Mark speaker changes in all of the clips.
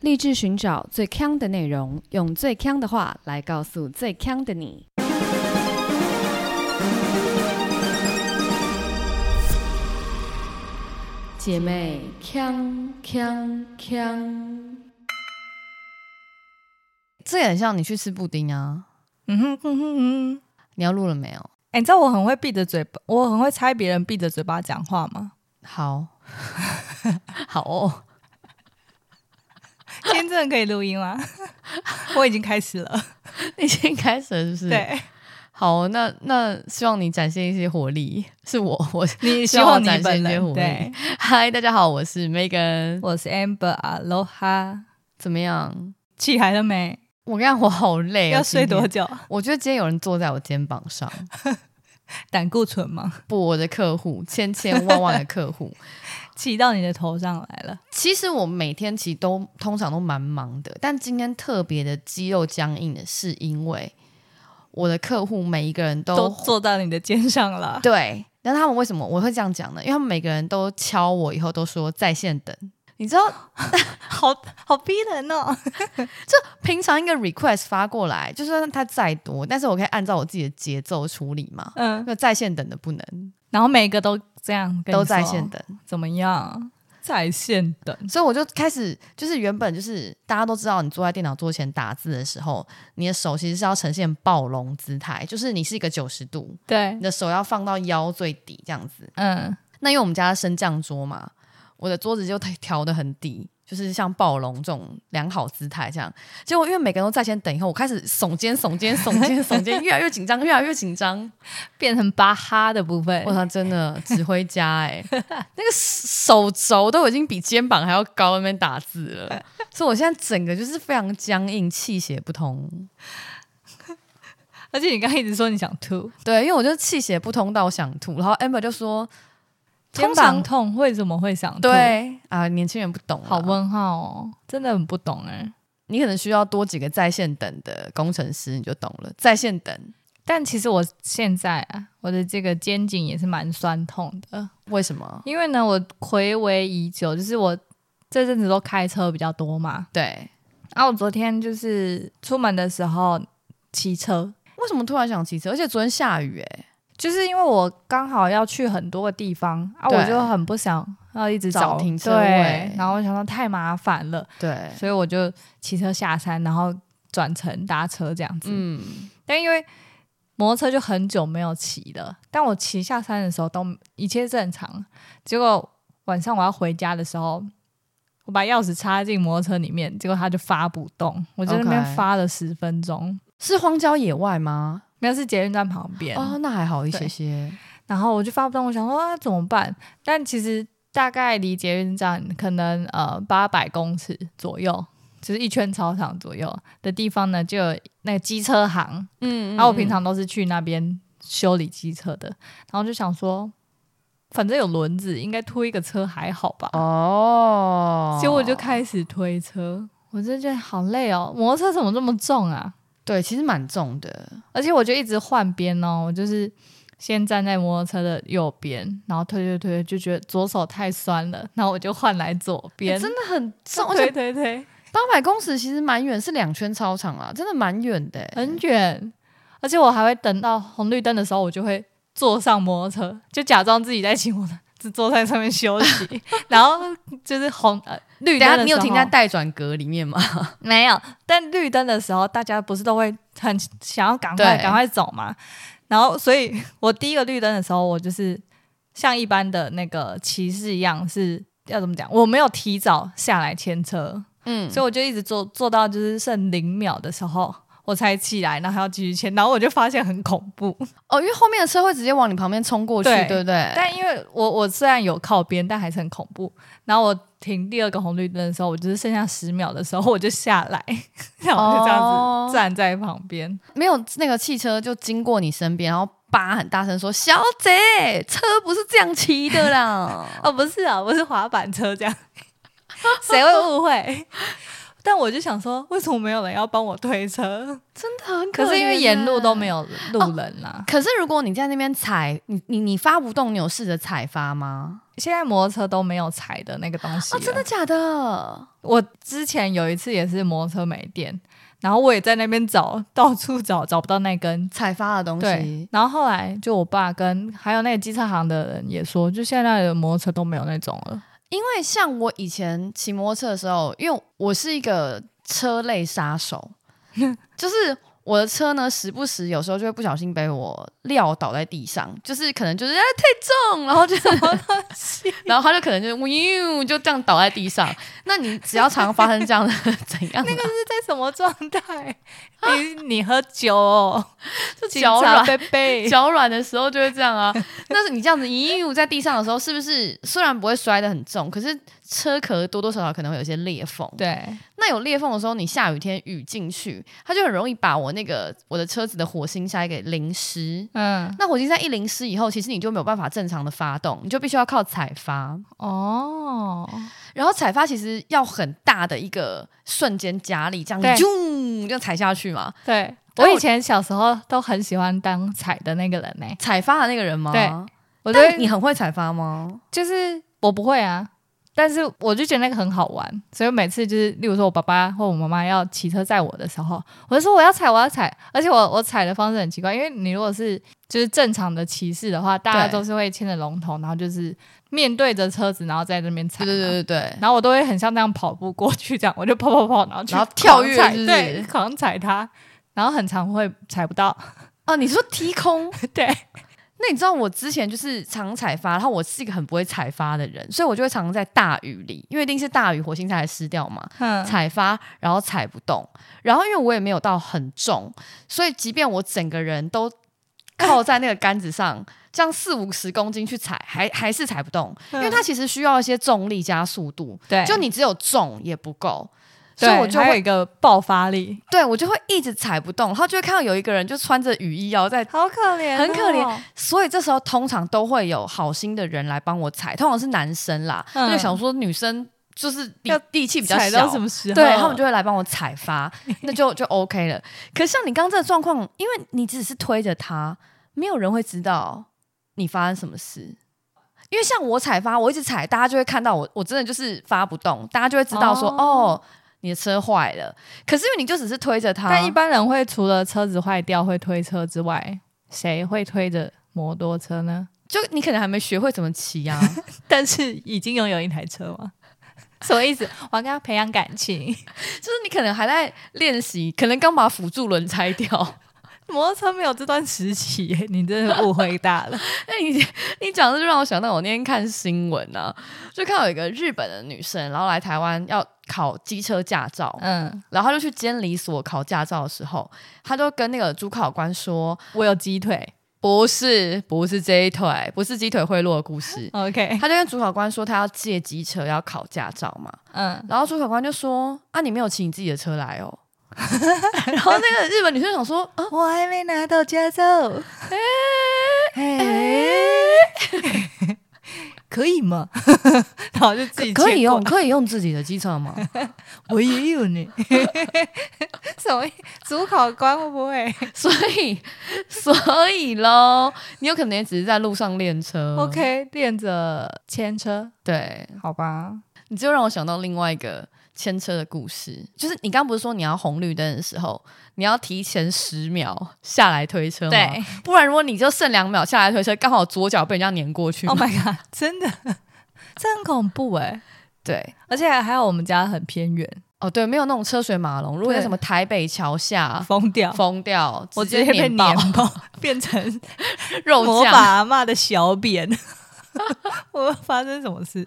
Speaker 1: 立志寻找最强的内容，用最强的话来告诉最强的你。姐妹，强强强！
Speaker 2: 这也很像你去吃布丁啊。
Speaker 3: 嗯哼哼哼哼。
Speaker 2: 你要录了没有？
Speaker 3: 哎、你知道我很会闭着嘴巴，我很会猜别人闭着嘴巴讲话吗？
Speaker 2: 好， 好 哦。
Speaker 3: 今天真的可以录音吗？ 我已经开始了。
Speaker 2: 已经开始了是不是？。
Speaker 3: 对，
Speaker 2: 好，那那希望你展现一些活力。是 我，我
Speaker 3: 你
Speaker 2: 希
Speaker 3: 希
Speaker 2: 望
Speaker 3: 望
Speaker 2: 我
Speaker 3: 你
Speaker 2: 展现
Speaker 3: 本
Speaker 2: 一些活力
Speaker 3: 人对。
Speaker 2: 嗨，大家好，我是 Megan。
Speaker 3: 我是 Amber Aloha，
Speaker 2: 怎么样？
Speaker 3: 起来了没？
Speaker 2: 我跟你讲我好累、哦，
Speaker 3: 要睡
Speaker 2: 今天
Speaker 3: 多？久？
Speaker 2: 我觉得今天有人坐在我肩膀上，
Speaker 3: 胆固醇吗？
Speaker 2: 不，我的客户，千千万万的客户。
Speaker 3: 骑到你的头上来了。
Speaker 2: 其实我每天其实都通常都蛮忙的，但今天特别的肌肉僵硬的是因为我的客户每一个人都
Speaker 3: 都坐到你的肩 上了。
Speaker 2: 对，但他们为什么我会这样讲呢？因为他们每个人都敲我以后都说在线等。你知道，
Speaker 3: 好好逼人哦！
Speaker 2: 平常一个 request 发过来，就算它再多，但是我可以按照我自己的节奏处理嘛。
Speaker 3: 嗯，
Speaker 2: 那在线等的不能，
Speaker 3: 然后每个都这样跟你说
Speaker 2: 都在线，等，
Speaker 3: 怎么样？在线等，
Speaker 2: 所以我就开始，就是原本就是大家都知道，你坐在电脑桌前打字的时候，你的手其实是要呈现暴龙姿态，就是你是一个九十度，
Speaker 3: 对
Speaker 2: 你，的手要放到腰最底这样子。
Speaker 3: 嗯，
Speaker 2: 那因为我们家升降桌嘛，我的桌子就 调的很低，就是像暴龙这种良好姿态这样。结果因为每个人都在线等以后，我开始耸肩、耸肩、耸肩、耸肩， 越来越紧张，越来越紧张。
Speaker 3: 变成巴哈的部分
Speaker 2: 我操，真的指挥家哎、 那个手肘都已经比肩膀还要高，那边打字 了，所以我现在整个就是非常僵硬，气血不通。
Speaker 3: 而且你刚刚一直说你想吐，
Speaker 2: 对，因为我就气血不通到想吐，然后 Amber 就说，
Speaker 3: 肩
Speaker 2: 通
Speaker 3: 膀
Speaker 2: 常
Speaker 3: 痛为什么会想吐？，
Speaker 2: 对啊，年轻人不懂啊，
Speaker 3: 好问号哦，真的很不懂哎、
Speaker 2: 你可能需要多几个在线等的工程师，你就懂了。在线等
Speaker 3: 但其实我现在啊，我的这个肩颈也是蛮酸痛的，
Speaker 2: 为什么？
Speaker 3: 因为呢，我回违已久，就是我这阵子都开车比较多嘛，
Speaker 2: 对，
Speaker 3: 然后我昨天就是出门的时候骑车，
Speaker 2: 为什么突然想骑车？而且昨天下雨、欸，
Speaker 3: 就是因为我刚好要去很多个地方啊，
Speaker 2: 对
Speaker 3: 我就很不想要一直
Speaker 2: 找
Speaker 3: 找
Speaker 2: 停车
Speaker 3: 对
Speaker 2: 位
Speaker 3: 然后我想说太麻烦了，
Speaker 2: 对，
Speaker 3: 所以我就骑车下山，然后转乘搭车这样子。
Speaker 2: 嗯，
Speaker 3: 但因为摩托车就很久没有骑了，但我骑下山的时候都一切正常。结果晚上我要回家的时候，我把钥匙插进摩托车里面，结果它就发不动，我就在那
Speaker 2: OK
Speaker 3: 边发了十分钟。
Speaker 2: 是荒郊野外吗？
Speaker 3: 没有是捷运站旁边
Speaker 2: 哦，那还好一些
Speaker 3: 对
Speaker 2: 些。
Speaker 3: 然后我就发不动，我想说啊怎么办？但其实大概离捷运站可能呃八百公尺左右，就是一圈操场左右的地方呢，就有那个机车行。
Speaker 2: 嗯
Speaker 3: 然后我平常都是去那边修理机车的，然后就想说，反正有轮子，应该推一个车还好吧。
Speaker 2: 哦，
Speaker 3: 结果我就开始推车，我真的觉得好累哦，摩托车怎么这么重啊？
Speaker 2: 对，其实蛮重的。
Speaker 3: 而且我就一直换边哦，我就是先站在摩托车的右边，然后推推推，就觉得左手太酸了，然后我就换来左边，
Speaker 2: 欸真的很重，而
Speaker 3: 推
Speaker 2: 且
Speaker 3: 推推，
Speaker 2: 八百公尺其实蛮远，是两圈操场啊，真的蛮远的欸、
Speaker 3: 很远。而且我还会等到红绿灯的时候，我就会坐上摩托车，就假装自己在骑摩托，只坐在上面休 息。然后就是红呃绿
Speaker 2: 等一下
Speaker 3: 灯的时候，
Speaker 2: 你有停在待转格里面吗？
Speaker 3: 没有，但绿灯的时候，大家不是都会很想要赶快
Speaker 2: 对
Speaker 3: 赶快走嘛。然后，所以我第一个绿灯的时候，我就是像一般的那个骑士一样，是要怎么讲？我没有提早下来牵车，
Speaker 2: 嗯，
Speaker 3: 所以我就一直坐坐到就是剩零秒的时候，我才起来，然后还要继续牵，然后我就发现很恐怖。
Speaker 2: 哦，因为后面的车会直接往你旁边冲过去，
Speaker 3: 对
Speaker 2: 对不对？
Speaker 3: 但因为我我虽然有靠边，但还是很恐怖。然后我停第二个红绿灯的时候，我就是剩下十秒的时候，我就下来，然后我就这样
Speaker 2: 哦
Speaker 3: 子站在旁边。
Speaker 2: 没有那个汽车就经过你身边，然后叭很大声说：“小姐，车不是这样骑的啦
Speaker 3: 哦，不是啊，我是滑板车这样，谁会误会？ 但我就想说，为什么没有人要帮我推车？
Speaker 2: 真的很
Speaker 3: 可啊是因为
Speaker 2: 怜
Speaker 3: 沿路
Speaker 2: 欸
Speaker 3: 都没。有路人啊啦、
Speaker 2: 可是如果你在那边踩，你你你发不动，你有试着踩发吗？
Speaker 3: 现在摩托车都没有踩哦的那个东西、
Speaker 2: 啊，真的，假的？
Speaker 3: 我之前有一次也是摩托车没电，然后我也在那边找，到处找，找不到那根。
Speaker 2: 踩发的东
Speaker 3: 对
Speaker 2: 西，，
Speaker 3: 然后后来就我爸跟还有那个机车行的人也说，就现在的摩托车都没有那种 了。
Speaker 2: 因为像我以前骑摩托车的时候，因为我是一个车类杀 手，就是我的车呢，时不时有时候就会不小心被我撂倒在地上，就是可能就是哎太重，然后就 然后他就可能就呜就这样倒在地上。那你只要常常发生这样 的怎样的、
Speaker 3: 是在什么状态？你你喝酒、 哦，
Speaker 2: 就
Speaker 3: 警
Speaker 2: 脚
Speaker 3: 察
Speaker 2: 软
Speaker 3: 贝贝，
Speaker 2: 脚软的时候就会这样啊。但是你这样子咦在地上的时候，是不是虽然不会摔得很重，可是车壳多多少少可能会有一些裂缝。
Speaker 3: 对，
Speaker 2: 那有裂缝的时候，你下雨天雨进去，它就很容易把我那个我的车子的火星塞给淋湿。
Speaker 3: 嗯，
Speaker 2: 那火星塞一淋湿以后，其实你就没有办法正常的发动，你就必须要靠踩发。
Speaker 3: 哦，
Speaker 2: 然后踩发其实要很大的一个瞬间加力，这样
Speaker 3: 对
Speaker 2: 啾这样踩下去嘛。
Speaker 3: 对
Speaker 2: 但
Speaker 3: 我
Speaker 2: 我
Speaker 3: 以前小时候都很喜欢当踩的那个人呢、
Speaker 2: 踩发的那个人吗？
Speaker 3: 对，我
Speaker 2: 我
Speaker 3: 觉
Speaker 2: 觉
Speaker 3: 得
Speaker 2: 得你很会踩发吗？
Speaker 3: 就是我不会啊，但是我就觉得那个很好玩，所以每次就是，例如说我爸爸或我妈妈要骑车载我的时候，我就说我要踩，我要踩，而且我我踩的方式很奇怪，因为你如果是就是正常的骑士的话，大家
Speaker 2: 对
Speaker 3: 都是会牵着龙头，然后就是面对着车子，然后在那边踩
Speaker 2: 对
Speaker 3: 嘛，
Speaker 2: 对对对对。
Speaker 3: 然后我都会很像那样跑步过去，这样我就跑跑跑，然后去
Speaker 2: 然后跳跃
Speaker 3: 狂踩
Speaker 2: 是不是
Speaker 3: 对，狂踩它，然后很常会踩不到，
Speaker 2: 哦，你说踢空？
Speaker 3: 对，
Speaker 2: 那你知道我之前就是常踩发，然后我是一个很不会踩发的人，所以我就会常常在大雨里，因为一定是大雨火星才湿掉嘛，
Speaker 3: 嗯，
Speaker 2: 踩发然后踩不动，然后因为我也没有到很重，所以即便我整个人 都靠在那个杆子上，这样四五十公斤去踩，还还是踩不动，因为它其实需要一些重力加速度，
Speaker 3: 嗯对，
Speaker 2: 就你只有重也不够，所
Speaker 3: 对，
Speaker 2: 以我就
Speaker 3: 还有
Speaker 2: 会
Speaker 3: 一个爆发力，
Speaker 2: 对我就会一直踩不动，然后就会看到有一个人就穿着雨衣然哦后在
Speaker 3: 好可怜
Speaker 2: 很可怜。所以这时候通常都会有好心的人来帮我踩，通常是男生啦，
Speaker 3: 嗯
Speaker 2: 他就想说女生就是力
Speaker 3: 要
Speaker 2: 力气比较
Speaker 3: 踩
Speaker 2: 小
Speaker 3: 到，什么时候？
Speaker 2: 对他们就会来帮我踩 发，那就就 OK 了。可是像你刚刚这个状况，因为你只是推着他，没有人会知道你发生什么事。因为像我踩发，我一直踩，大家就会看到我，我真的就是发不动，大家就会知道说，
Speaker 3: 哦
Speaker 2: 哦，你的车坏了。可是因为你就只是推着他，
Speaker 3: 但一般人会除了车子坏掉会推车之外，谁会推着摩托车呢？
Speaker 2: 就你可能还没学会怎么骑啊。
Speaker 3: 但是已经拥有一台车吗？ 什么意思？我要跟他培养感情。
Speaker 2: 就是你可能还在练习，可能刚把辅助轮拆掉。
Speaker 3: 摩托车没有这段时期耶，你真的误会大了。
Speaker 2: 那 你你讲的就让我想到我那天看新闻啊，就看到有一个日本的女生，然后来台湾要考机车驾照，
Speaker 3: 嗯，
Speaker 2: 然后她就去监理所考驾照的时候，她就跟那个主考官说
Speaker 3: 我有鸡腿。：“
Speaker 2: 不是，不是这一腿，不是鸡腿贿赂的故
Speaker 3: 哦
Speaker 2: 事。”
Speaker 3: OK，
Speaker 2: 她就跟主考官说她要借机车要考驾照嘛，
Speaker 3: 嗯，
Speaker 2: 然后主考官就说：“啊，你没有骑你自己的车来 哦。” 然后那个日本女生想说：“啊，
Speaker 3: 我还没拿到驾 照。哎、 可以吗？ 然后就自己
Speaker 2: 可
Speaker 3: 切
Speaker 2: 以
Speaker 3: 过
Speaker 2: 用可以用自己的机车吗？
Speaker 3: 我也有呢。 什么意？主考官会不会？
Speaker 2: 所以所以喽，你有可能也只是在路上练车。
Speaker 3: OK，练着牵车，
Speaker 2: 对，
Speaker 3: 好吧？
Speaker 2: 你就让我想到另外一个牵车的故事，就是你刚不是说你要红绿灯的时候，你要提前十秒下来推车吗？，不然如果你就剩两秒下来推车，刚好左脚被人家碾过去嘛。
Speaker 3: ，Oh my god，真的，这很恐怖哎、
Speaker 2: 对。
Speaker 3: 而且还有我们家很偏远，
Speaker 2: 哦，对，没有那种车水马龙。如果
Speaker 3: 对
Speaker 2: 有什么台北桥下
Speaker 3: 啊疯掉，
Speaker 2: 封掉，
Speaker 3: 我
Speaker 2: 直接
Speaker 3: 被
Speaker 2: 碾爆
Speaker 3: 碾爆， 变成
Speaker 2: 肉
Speaker 3: 魔
Speaker 2: 酱
Speaker 3: 法阿嬷的小扁。 我发生什么事？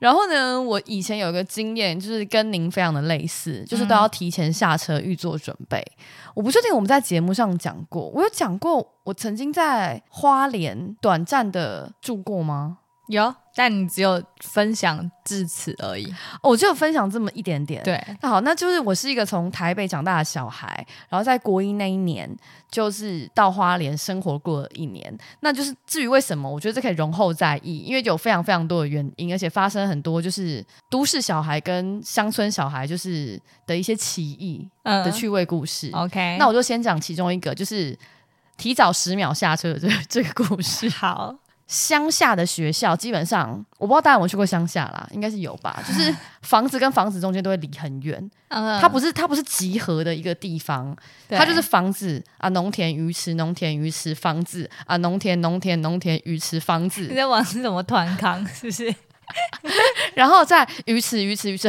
Speaker 2: 然后呢，我以前有一个经验，就是跟您非常的类似，就是都要提前下车预做准备。我不确定我们在节目上讲过，我有讲过我曾经在花莲短暂的住过吗？
Speaker 3: 有但你只有分享至此而已。
Speaker 2: 哦我就分享这么一点点。
Speaker 3: 对，
Speaker 2: 那好，那就是我是一个从台北长大的小孩，然后在国一那一年，就是到花莲生活过了一年。那就是至于为什么，我觉得这可以容后再议，因为有非常非常多的原因，而且发生很多就是都市小孩跟乡村小孩就是的一些歧义
Speaker 3: 嗯
Speaker 2: 的趣味故事。
Speaker 3: OK，
Speaker 2: 那我就先讲其中一个，就是提早十秒下车的这个这个故事。
Speaker 3: 好，
Speaker 2: 乡下的学校基本上，我不知道大家有没有去过乡下啦，应该是有吧。 就是房子跟房子中间都会离很远，
Speaker 3: 嗯
Speaker 2: 它不是它不是集合的一个地方，
Speaker 3: 对
Speaker 2: 它就是房子啊，农田、鱼池、农田、鱼池、房子啊，农田、农田、农田、鱼池、房
Speaker 3: 你
Speaker 2: 子，
Speaker 3: 在玩什么团康？是不是？
Speaker 2: 然后再鱼池、鱼池、鱼池，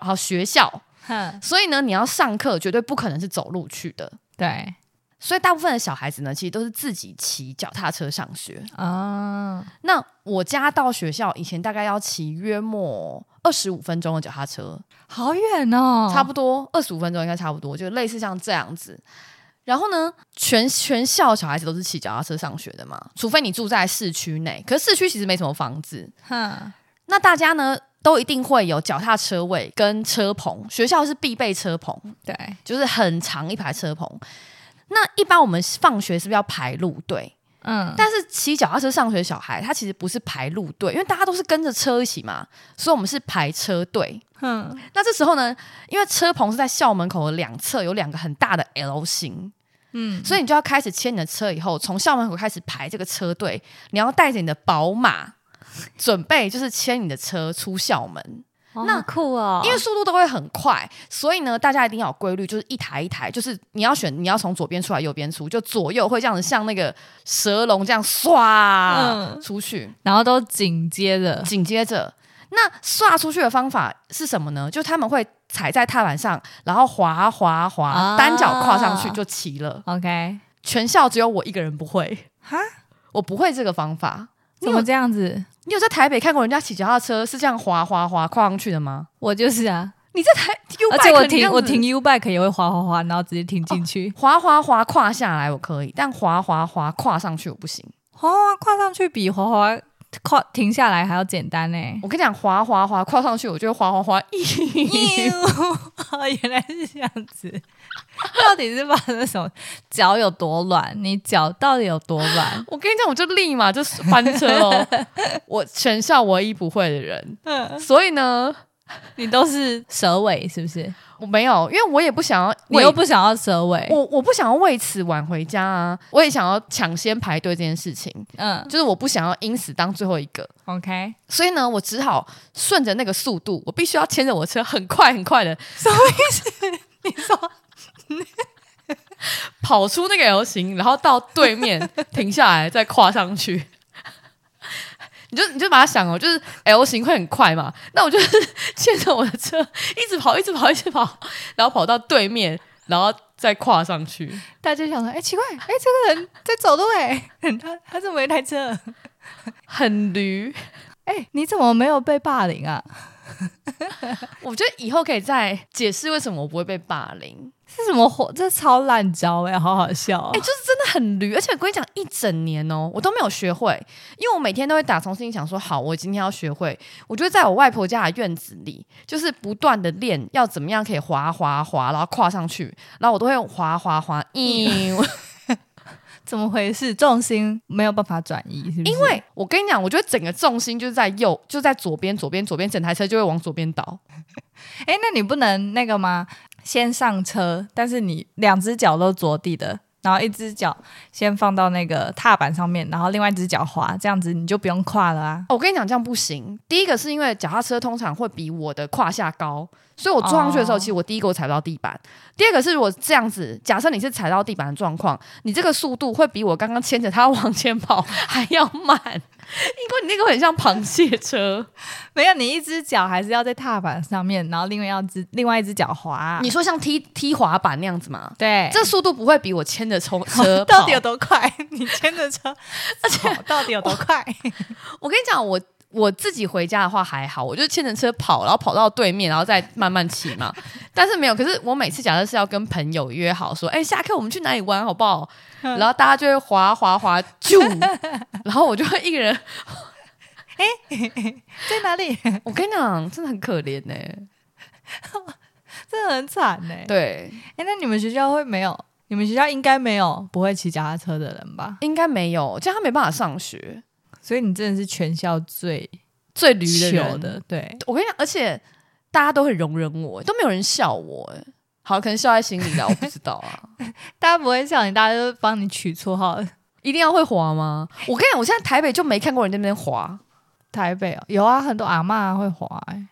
Speaker 2: 好学校。
Speaker 3: 哼，
Speaker 2: 所以呢，你要上课绝对不可能是走路去的，
Speaker 3: 对
Speaker 2: 所以大部分的小孩子呢，其实都是自己骑脚踏车上学。
Speaker 3: 啊，
Speaker 2: 那我家到学校以前大概要骑约莫二十五分钟的脚踏车，
Speaker 3: 好远哦，
Speaker 2: 差不多二十五分钟应该差不多，就类似像这样子。然后呢，全全校小孩子都是骑脚踏车上学的嘛，除非你住在市区内。可是市区其实没什么房子，
Speaker 3: 哼，
Speaker 2: 那大家呢都一定会有脚踏车位跟车棚，学校是必备车棚，
Speaker 3: 对，
Speaker 2: 就是很长一排车棚。那一般我们放学是不是要排路队？
Speaker 3: 嗯，
Speaker 2: 但是骑脚踏车上学的小孩，他其实不是排路队，因为大家都是跟着车一起嘛，所以我们是排车队。
Speaker 3: 哼，
Speaker 2: 那这时候呢，因为车棚是在校门口的两侧有两个很大的 L 型，
Speaker 3: 嗯，
Speaker 2: 所以你就要开始牵你的车，以后从校门口开始排这个车队，你要带着你的宝马，准备就是牵你的车出校门，
Speaker 3: 哦
Speaker 2: 那
Speaker 3: 好酷哦，
Speaker 2: 因为速度都会很快，所以呢，大家一定要有规律，就是一台一台，就是你要选你要从左边出来，右边出，就左右会这样子，像那个蛇龙这样唰
Speaker 3: 嗯
Speaker 2: 出去。
Speaker 3: 然后都紧接着，
Speaker 2: 紧接着，那刷出去的方法是什么呢？就他们会踩在踏板上，然后滑滑滑，
Speaker 3: 啊
Speaker 2: 单脚跨上去就骑了。
Speaker 3: OK，
Speaker 2: 啊全校只有我一个人不会，
Speaker 3: 哈，
Speaker 2: 我不会这个方法。你
Speaker 3: 怎
Speaker 2: 有
Speaker 3: 么这样子？
Speaker 2: 你有在台北看过人家骑脚踏车是这样滑滑滑跨上去的吗？
Speaker 3: 我就是啊，
Speaker 2: 你在台 U
Speaker 3: 而且
Speaker 2: bike
Speaker 3: 我
Speaker 2: 你这
Speaker 3: 停
Speaker 2: 样子
Speaker 3: 我停 U bike 也会滑滑滑，然后直接停进去，
Speaker 2: 滑滑滑跨下来我可以，但滑滑滑跨上去我不行。
Speaker 3: 滑滑跨上去比滑滑跨停下来还要简单呢、
Speaker 2: 我跟你讲，滑滑滑跨上去，我就会滑滑滑，咦，
Speaker 3: 哦，原来是这样子。到底是发生什么？脚有多软？你脚到底有多软？
Speaker 2: 我跟你讲，我就立马就是翻车 哦！我全校唯一不会的人，所以呢，
Speaker 3: 你都是蛇尾是不是？
Speaker 2: 我没有，因为我也不想要，
Speaker 3: 你又不想要蛇尾？
Speaker 2: 我我不想要为此晚回家啊，我也想要抢先排队这件事情，
Speaker 3: 嗯
Speaker 2: 就是我不想要因此当最后一个，
Speaker 3: ，OK，
Speaker 2: 所以呢，我只好顺着那个速度，我必须要牵着我车，很快很快的，什么意思？你说跑出那个 L 型，然后到对面停下来，再跨上去。你就你就把它想哦，就是 L 型会很快嘛，那我就是牵着我的车一直跑，一直跑，一直跑，然后跑到对面，然后再跨上去。
Speaker 3: 大家就想说，哎、奇怪，哎、这个人在走路哎、 他他怎么没开车？
Speaker 2: 很驴。
Speaker 3: 哎、你怎么没有被霸凌啊？
Speaker 2: 我觉得以后可以再解释为什么我不会被霸凌。
Speaker 3: 这什么火？这超烂招哎、好好笑、
Speaker 2: 哎、就是真的很驴，而且我跟你讲，一整年哦，我都没有学会，因为我每天都会打从心里想说，好，我今天要学会。我就会在我外婆家的院子里，就是不断的练要怎么样可以滑滑滑，然后跨上去，然后我都会滑滑滑，因为
Speaker 3: 哎怎么回事？重心没有办法转移，是不是？
Speaker 2: 因为我跟你讲，我觉得整个重心就是在右，就在左边，左边，左边，整台车就会往左边倒。
Speaker 3: 哎、那你不能那个吗？先上车，但是你两只脚都着地的，然后一只脚先放到那个踏板上面，然后另外一只脚滑，这样子你就不用跨了啊。
Speaker 2: 哦我跟你讲，这样不行。第一个是因为脚踏车通常会比我的胯下高，所以我坐上去的时候，
Speaker 3: 哦
Speaker 2: 其实我第一个我踩不到地板。第二个是我这样子，假设你是踩到地板的状况，你这个速度会比我刚刚牵着它 往前跑还要慢，因为你那个很像螃蟹车。
Speaker 3: 没有，你一只脚还是要在踏板上面，然后另外要只另外一只脚滑、啊。
Speaker 2: 你说像踢踢滑板那样子吗？
Speaker 3: 对，
Speaker 2: 这速度不会比我牵着冲车
Speaker 3: 到
Speaker 2: 跑
Speaker 3: 底有多快？你牵着车，而且到底有多快？
Speaker 2: 我跟你讲，我我自己回家的话还好，我就牵着车跑，然后跑到对面，然后再慢慢骑嘛。但是没有，可是我每次假设是要跟朋友约好说，哎、下课我们去哪里玩好不好？然后大家就会滑滑滑，啾，然后我就会一个人
Speaker 3: 哎、在哪里？
Speaker 2: 我跟你讲，真的很可怜欸呢、
Speaker 3: 真的很惨呢、对，
Speaker 2: 对，
Speaker 3: 哎、那你们学校会没有？你们学校应该没有不会骑脚踏车的人吧？
Speaker 2: 应该没有，这样他没办法上学，
Speaker 3: 所以你真的是全校最
Speaker 2: 最驴的
Speaker 3: 糗
Speaker 2: 人。
Speaker 3: 的，对，
Speaker 2: 我跟你讲，而且大家都很容忍我，都没有人笑我。哎，好，可能笑在心里啦，我不知道啊。
Speaker 3: 大家不会笑你，大家都帮你取绰号。
Speaker 2: 一定要会滑吗？我跟你讲，我现在台北就没看过人在那边滑。
Speaker 3: 台北哦，有啊，很多阿嬷会滑、欸，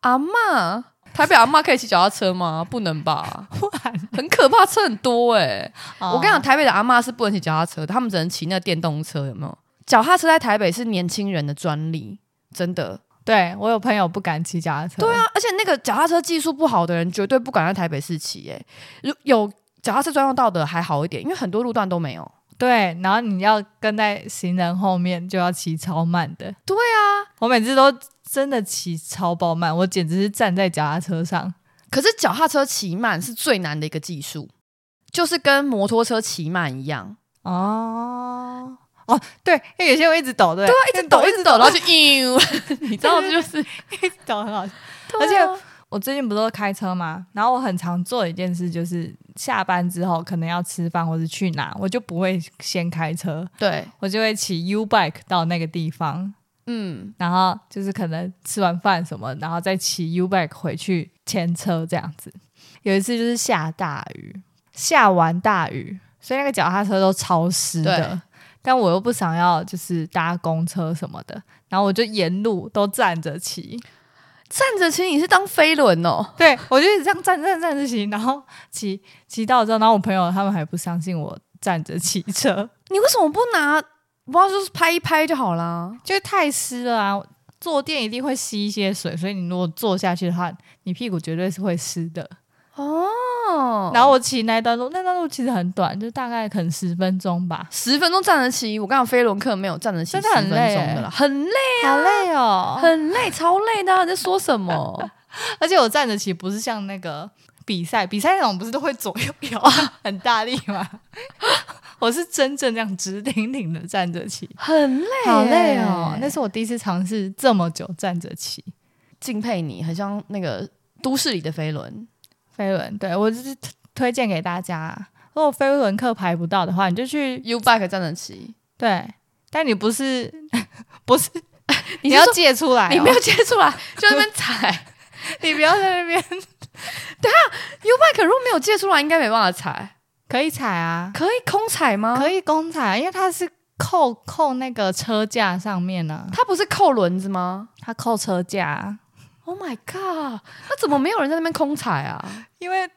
Speaker 2: 阿嬷，台北阿嬷可以骑脚踏车吗？不能 吧，
Speaker 3: 不然
Speaker 2: 很可怕，车很多哎、我跟你讲，
Speaker 3: 哦，
Speaker 2: 台北的阿嬷是不能骑脚踏车的，他们只能骑那电动车，有没有？脚踏车在台北是年轻人的专利，真的。
Speaker 3: 对我有朋友不敢骑脚踏车，
Speaker 2: 对啊，而且那个脚踏车技术不好的人，绝对不敢在台北市骑、欸。如有脚踏车专用道的还好一点，因为很多路段都没有。
Speaker 3: 对，然后你要跟在行人后面，就要骑超慢的。
Speaker 2: 对啊，
Speaker 3: 我每次都真的骑超爆慢，我简直是站在脚踏车上。
Speaker 2: 可是脚踏车骑慢是最难的一个技术，就是跟摩托车骑慢一样。
Speaker 3: 哦哦，对，因为有些人会一直抖，对，对
Speaker 2: 啊一直抖，一直抖，然后就 呦，你知道这就是。
Speaker 3: 一直抖，很好笑。
Speaker 2: 而且
Speaker 3: 我最近不都开车吗？然后我很常做一件事，就是下班之后可能要吃饭或者去哪，我就不会先开车，
Speaker 2: 对，
Speaker 3: 我就会骑 U bike 到那个地方，
Speaker 2: 嗯，
Speaker 3: 然后就是可能吃完饭什么，然后再骑 U bike 回去牵车这样子。有一次就是下大雨，下完大雨，所以那个脚踏车都潮湿的
Speaker 2: 对。
Speaker 3: 但我又不想要，就是搭公车什么的，然后我就沿路都站着骑，
Speaker 2: 站着骑你是当飞轮哦。
Speaker 3: 对我就一直这样站站站着骑，然后骑骑到之后，然后我朋友他们还不相信我站着骑车，
Speaker 2: 你为什么不拿？不要就是拍一拍就好啦。
Speaker 3: 就是太湿了啊！坐垫一定会吸一些水，所以你如果坐下去的话，你屁股绝对是会湿的。
Speaker 2: 哦，
Speaker 3: 然后我骑那一段路，那段路其实很短，就大概可能十分钟吧，
Speaker 2: 十分钟站着骑，我刚刚飞轮课没有站着骑
Speaker 3: 真
Speaker 2: 十
Speaker 3: 的很
Speaker 2: 分
Speaker 3: 累
Speaker 2: 钟的
Speaker 3: 欸
Speaker 2: 啦，很累，
Speaker 3: 好累哦！
Speaker 2: 很累，超累的啊、你在说什么？
Speaker 3: 而且我站着骑不是像那个比赛，比赛那种不是都会左右摇啊 很大力吗？ 我是真正这样直挺挺的站着骑，
Speaker 2: 很累，
Speaker 3: 好累哦！那
Speaker 2: 那
Speaker 3: 是我第一次尝试这么久站着骑
Speaker 2: 敬佩你，很像那个都市里的飞轮。
Speaker 3: 飞轮，对我就是推推荐给大家。如果飞轮课排不到的话，你就去
Speaker 2: U bike 站着骑，
Speaker 3: 对，但你不是 不是，你
Speaker 2: 是
Speaker 3: 要
Speaker 2: 说
Speaker 3: 借出来哦、
Speaker 2: 你没有接出 来，就在那边踩。
Speaker 3: 你不要在那边
Speaker 2: U bike 如果没有借出来，应该没办法踩。
Speaker 3: 可以踩啊，
Speaker 2: 可以空踩吗？
Speaker 3: 可以公踩啊，因为它是扣扣那个车架上面呢、
Speaker 2: 它不是扣轮子吗
Speaker 3: 它扣车架啊，
Speaker 2: ？Oh my god！那怎么没有人在那边空踩啊？
Speaker 3: 因为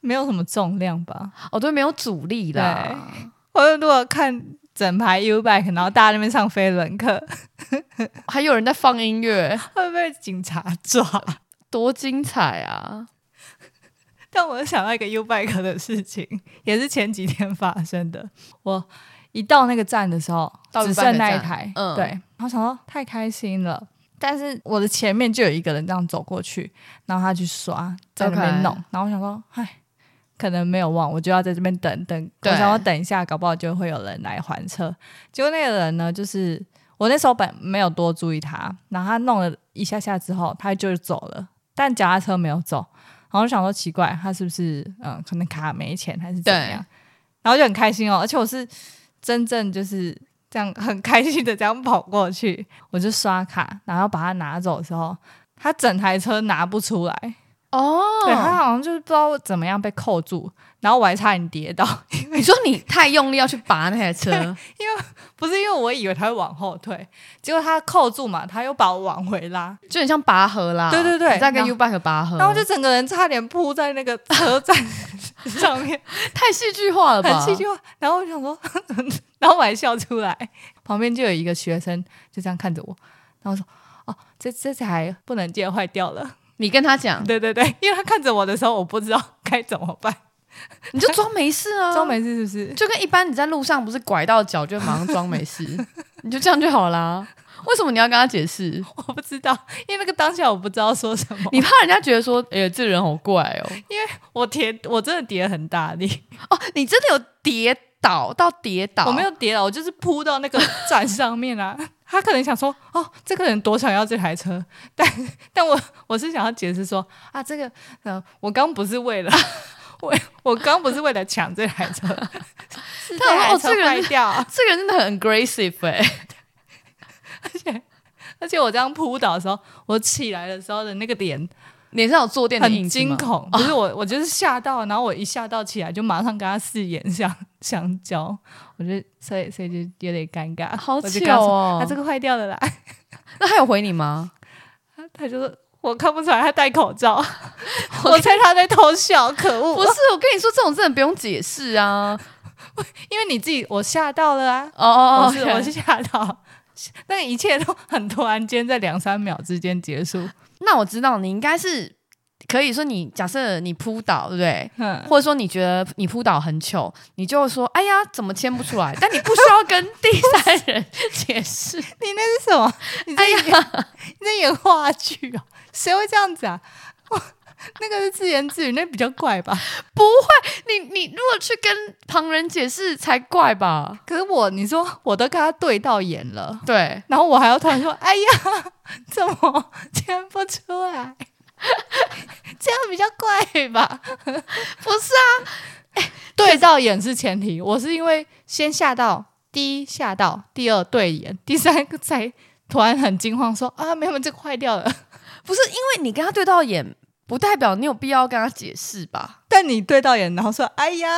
Speaker 3: 没有什么重量吧。
Speaker 2: 哦，对，没有阻力啦。
Speaker 3: 我如果看整排 U bike，然后大家在那边上飞轮课，
Speaker 2: 还有人在放音乐，
Speaker 3: 会不会被警察抓？
Speaker 2: 多精彩啊！
Speaker 3: 但我想到一个 U bike 的事情，也是前几天发生的。我一到那个站的时候，
Speaker 2: 到
Speaker 3: 只
Speaker 2: U-bike
Speaker 3: 剩那一
Speaker 2: 站
Speaker 3: 台，
Speaker 2: 嗯
Speaker 3: 对，然后想说太开心了。但是我的前面就有一个人这样走过去，然后他去刷，在那边
Speaker 2: OK
Speaker 3: 弄然后我想说，唉，可能没有忘，我就要在这边等等。我
Speaker 2: 对
Speaker 3: 想要等一下，搞不好就会有人来还车。结果那个人呢，就是我那时候本没有多注意他，然后他弄了一下下之后，他就走了，但脚踏车没有走。然后我就想说奇怪，他是不是嗯、呃可能卡没钱还是怎么样？然后就很开心哦，而且我是真正就是这样很开心的这样跑过去，我就刷卡，然后把它拿走的时候，他整台车拿不出来，对他
Speaker 2: 哦，
Speaker 3: 好像就是不知道怎么样被扣住，然后我还差点跌倒，
Speaker 2: 你说你太用力要去拔那台车，
Speaker 3: 不是因为我以为他会往后退，结果他扣住嘛，他又把我往回拉，
Speaker 2: 就很像拔河啦。
Speaker 3: 对对对
Speaker 2: 你在跟
Speaker 3: 然后
Speaker 2: U bike 拔河，
Speaker 3: 然后我就整个人差点扑在那个车站 上面，
Speaker 2: 太戏剧化了吧？
Speaker 3: 很戏剧化。然后我想说， 然后我还笑出来，旁边就有一个学生就这样看着我，然后说：“哦，这这台不能借，坏掉了。
Speaker 2: 你跟他讲，
Speaker 3: 对对对，因为他看着我的时候，我不知道该怎么办，
Speaker 2: 你就装没事啊，
Speaker 3: 装。没事是不是？
Speaker 2: 就跟一般你在路上不是拐到脚就马上装没事， 你就这样就好啦。为什么你要跟他解释？
Speaker 3: 我不知道，因为那个当下我不知道说什么，
Speaker 2: 你怕人家觉得说，哎、这人好怪哦。
Speaker 3: 我跌，我真的跌很大力，
Speaker 2: 哦，你真的有跌倒到跌倒？
Speaker 3: 我没有跌了，我就是扑到那个站上面啊， 他可能想说，哦，这个人多想要这台车， 但但我我是想要解释说，啊，这个，呃，我刚不是为了 为我刚不是为了抢这台 车，是这
Speaker 2: 他想
Speaker 3: 台
Speaker 2: 说哦
Speaker 3: 车
Speaker 2: 这个人
Speaker 3: 坏掉，
Speaker 2: 这个人真的很 aggressive 哎、
Speaker 3: 而且我这样扑倒的时候，我起来的时候的那个脸
Speaker 2: 脸上有坐垫的
Speaker 3: 很
Speaker 2: 印记
Speaker 3: 惊
Speaker 2: 吗？
Speaker 3: 恐，不是我，我就是吓到，然后我一吓到起来就马上跟他 四眼相相交，我觉得所以所以就有点尴尬，
Speaker 2: 好
Speaker 3: 我就跟他
Speaker 2: 糗
Speaker 3: 说
Speaker 2: 哦
Speaker 3: 他这个坏掉了啦，
Speaker 2: 那他有回你吗？
Speaker 3: 他就说我看不出来他戴口罩， 我猜他在偷笑，可
Speaker 2: 不
Speaker 3: 恶！
Speaker 2: 是，我跟你说，这种真的不用解释啊。
Speaker 3: 因为你自己我吓到了啊，
Speaker 2: 哦哦哦，
Speaker 3: 我是我是吓到， 那一切都很突然间在两三秒之间结束，
Speaker 2: 那我知道你应该是可以说你假设你扑倒，对不对？
Speaker 3: 嗯，
Speaker 2: 或者说你觉得你扑倒很糗，你就会说：“哎呀，怎么签不出来？”但你不需要跟第三人解 释。哎
Speaker 3: 你那是什么？你在演、你在演话剧哦？谁会这样子啊？ 我那个是自言自语，那比较怪吧？
Speaker 2: 不会，你你如果去跟旁人解释才怪吧？
Speaker 3: 可是我，你说我都跟他对到眼了，
Speaker 2: 对，
Speaker 3: 然后我还要突然说：“哎呀， 怎么牵不出来？” 这样比较怪吧？
Speaker 2: 不是啊，
Speaker 3: 对到眼是前提，我是因为先吓到，第一吓到，第二对眼，第三个才突然很惊慌说：“啊，没有，这个坏掉了。”
Speaker 2: 不是因为你跟他对到眼，不代表你有必要跟他解释吧？
Speaker 3: 但你对到眼，然后说：“哎呀。”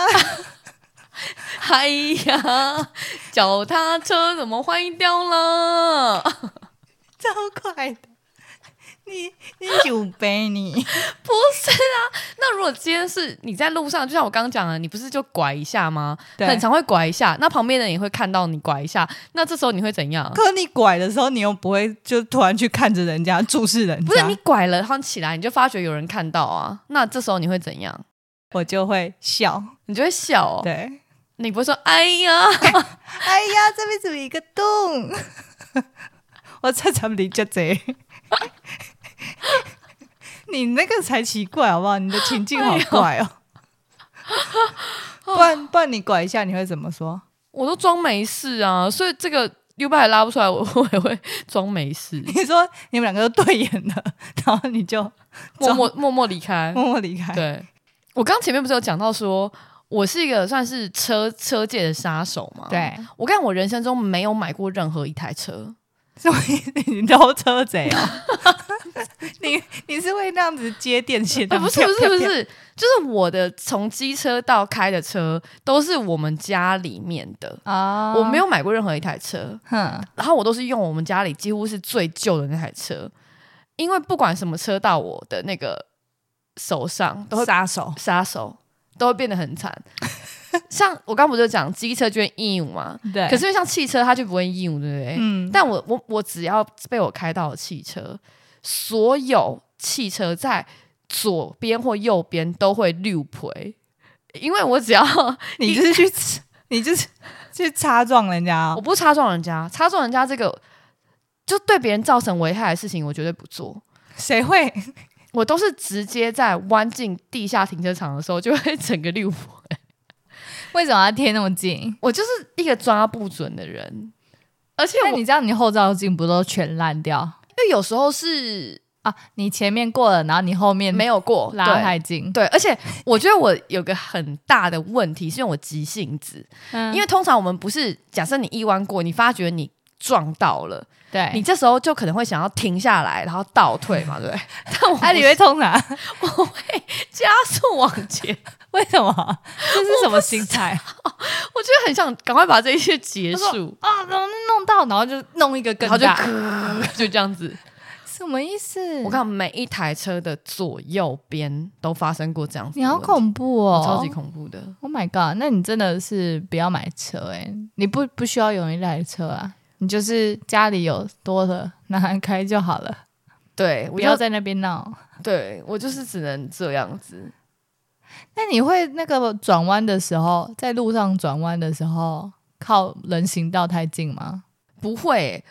Speaker 2: 哎呀，脚踏车怎么坏掉了？
Speaker 3: 超快的。你你有病你？
Speaker 2: 不是啊， 那如果今天是你在路上，就像我刚刚讲的，你不是就拐一下吗？
Speaker 3: 对
Speaker 2: 很常会拐一下，那旁边的人也会看到你拐一下，那这时候你会怎样？
Speaker 3: 可你拐的时候，你又不会就突然去看着人家注视人家，
Speaker 2: 不是你拐了，他们起来，你就发觉有人看到啊，那这时候你会怎样？
Speaker 3: 我就会笑。
Speaker 2: 你就会笑哦，
Speaker 3: 对，
Speaker 2: 你不会说哎呀，
Speaker 3: 哎呀，这边怎么一个洞？ 我这咱们离家贼。 你那个才奇怪好不好？你的情境好
Speaker 2: 哎
Speaker 3: 怪哦。不然不然你拐一下，你会怎么说？
Speaker 2: 我都装没事啊，所以这个 U 拜拉不出来，我 我也会装没 事，
Speaker 3: 你说你们两个都对眼了，然后你就
Speaker 2: 默默默默离开。
Speaker 3: 默默离开。
Speaker 2: 对，我刚前面不是有讲到说，我是一个算是车车界的杀手嘛，。
Speaker 3: 对，
Speaker 2: 我看我人生中没有买过任何一台车，
Speaker 3: 所以你偷车贼哦？ 你你是会那样子接 电线的、
Speaker 2: 呃，不是不是不
Speaker 3: 啪，啪啪
Speaker 2: 是，就是我的从机车到开的车都是我们家里面的，
Speaker 3: 啪啊
Speaker 2: 我没，有买过任何一台车，
Speaker 3: 哼，
Speaker 2: 然后我都是用我们家里几乎是最旧的那台车，因为不管什么车到我的那个手上都会
Speaker 3: 杀手，
Speaker 2: 杀手都会变得很 惨，像我刚不就讲机车就会硬嘛，
Speaker 3: 对，
Speaker 2: 可是因为像汽车它就不会硬，对不对？
Speaker 3: 嗯，
Speaker 2: 但我我我只要被我开到的汽车，所有汽车在左边或右边都会六赔，因为我只要
Speaker 3: 你就是去吃，你就是去擦撞人家、
Speaker 2: 我
Speaker 3: 哦，
Speaker 2: 不插撞人家，插撞人家这个就对别人造成危害的事情，我绝对不做。
Speaker 3: 谁会？
Speaker 2: 我都是直接在弯进地下停车场的时候，就会 整个六婆。
Speaker 3: 为什么要贴那么近？
Speaker 2: 我就是一个抓不准的人，而且我
Speaker 3: 那
Speaker 2: 因
Speaker 3: 你这样，你后照镜不都全烂掉
Speaker 2: 为有时候是
Speaker 3: 啊？你前面过了，然后你后面
Speaker 2: 没有过
Speaker 3: 拉
Speaker 2: 对
Speaker 3: 太近，
Speaker 2: 对，而且我觉得我有个很大的问题，是因为我急性子。
Speaker 3: 嗯
Speaker 2: 因为通常我们不是假设你一弯过，你发觉你撞到了，
Speaker 3: 对
Speaker 2: 你这时候就可能会想要停下来，然后倒退嘛，对 不对？但我
Speaker 3: 啊，
Speaker 2: 不
Speaker 3: 你
Speaker 2: 是
Speaker 3: 会冲哪？
Speaker 2: 加速往前，
Speaker 3: 为什么？这是什么心态？
Speaker 2: 我觉得很想赶快把这一切结
Speaker 3: 他
Speaker 2: 束，
Speaker 3: 啊，然后弄到，然后就弄一个更
Speaker 2: 然后就
Speaker 3: 大，嗯
Speaker 2: 就这样子。
Speaker 3: 什么意思？
Speaker 2: 我看每一台车的左右边都发生过这样子，
Speaker 3: 你好，恐怖哦，
Speaker 2: 超级恐怖的。
Speaker 3: ！Oh my god！那你真的是不要买车哎、你不不需要有一台车啊，你就是家里有多的拿来开就好了，
Speaker 2: 对，我
Speaker 3: 不
Speaker 2: 就
Speaker 3: 要在那边闹。
Speaker 2: 对我就是只能这样子。
Speaker 3: 那你会那个转弯的时候，在路上转弯的时候，靠人行道太近吗？
Speaker 2: 不会欸，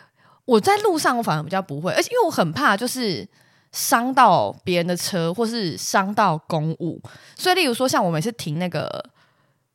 Speaker 2: 我在路上我反而比较不会，而且因为我很怕就是伤到别人的车，或是伤到公物。所以，例如说，像我每次停那个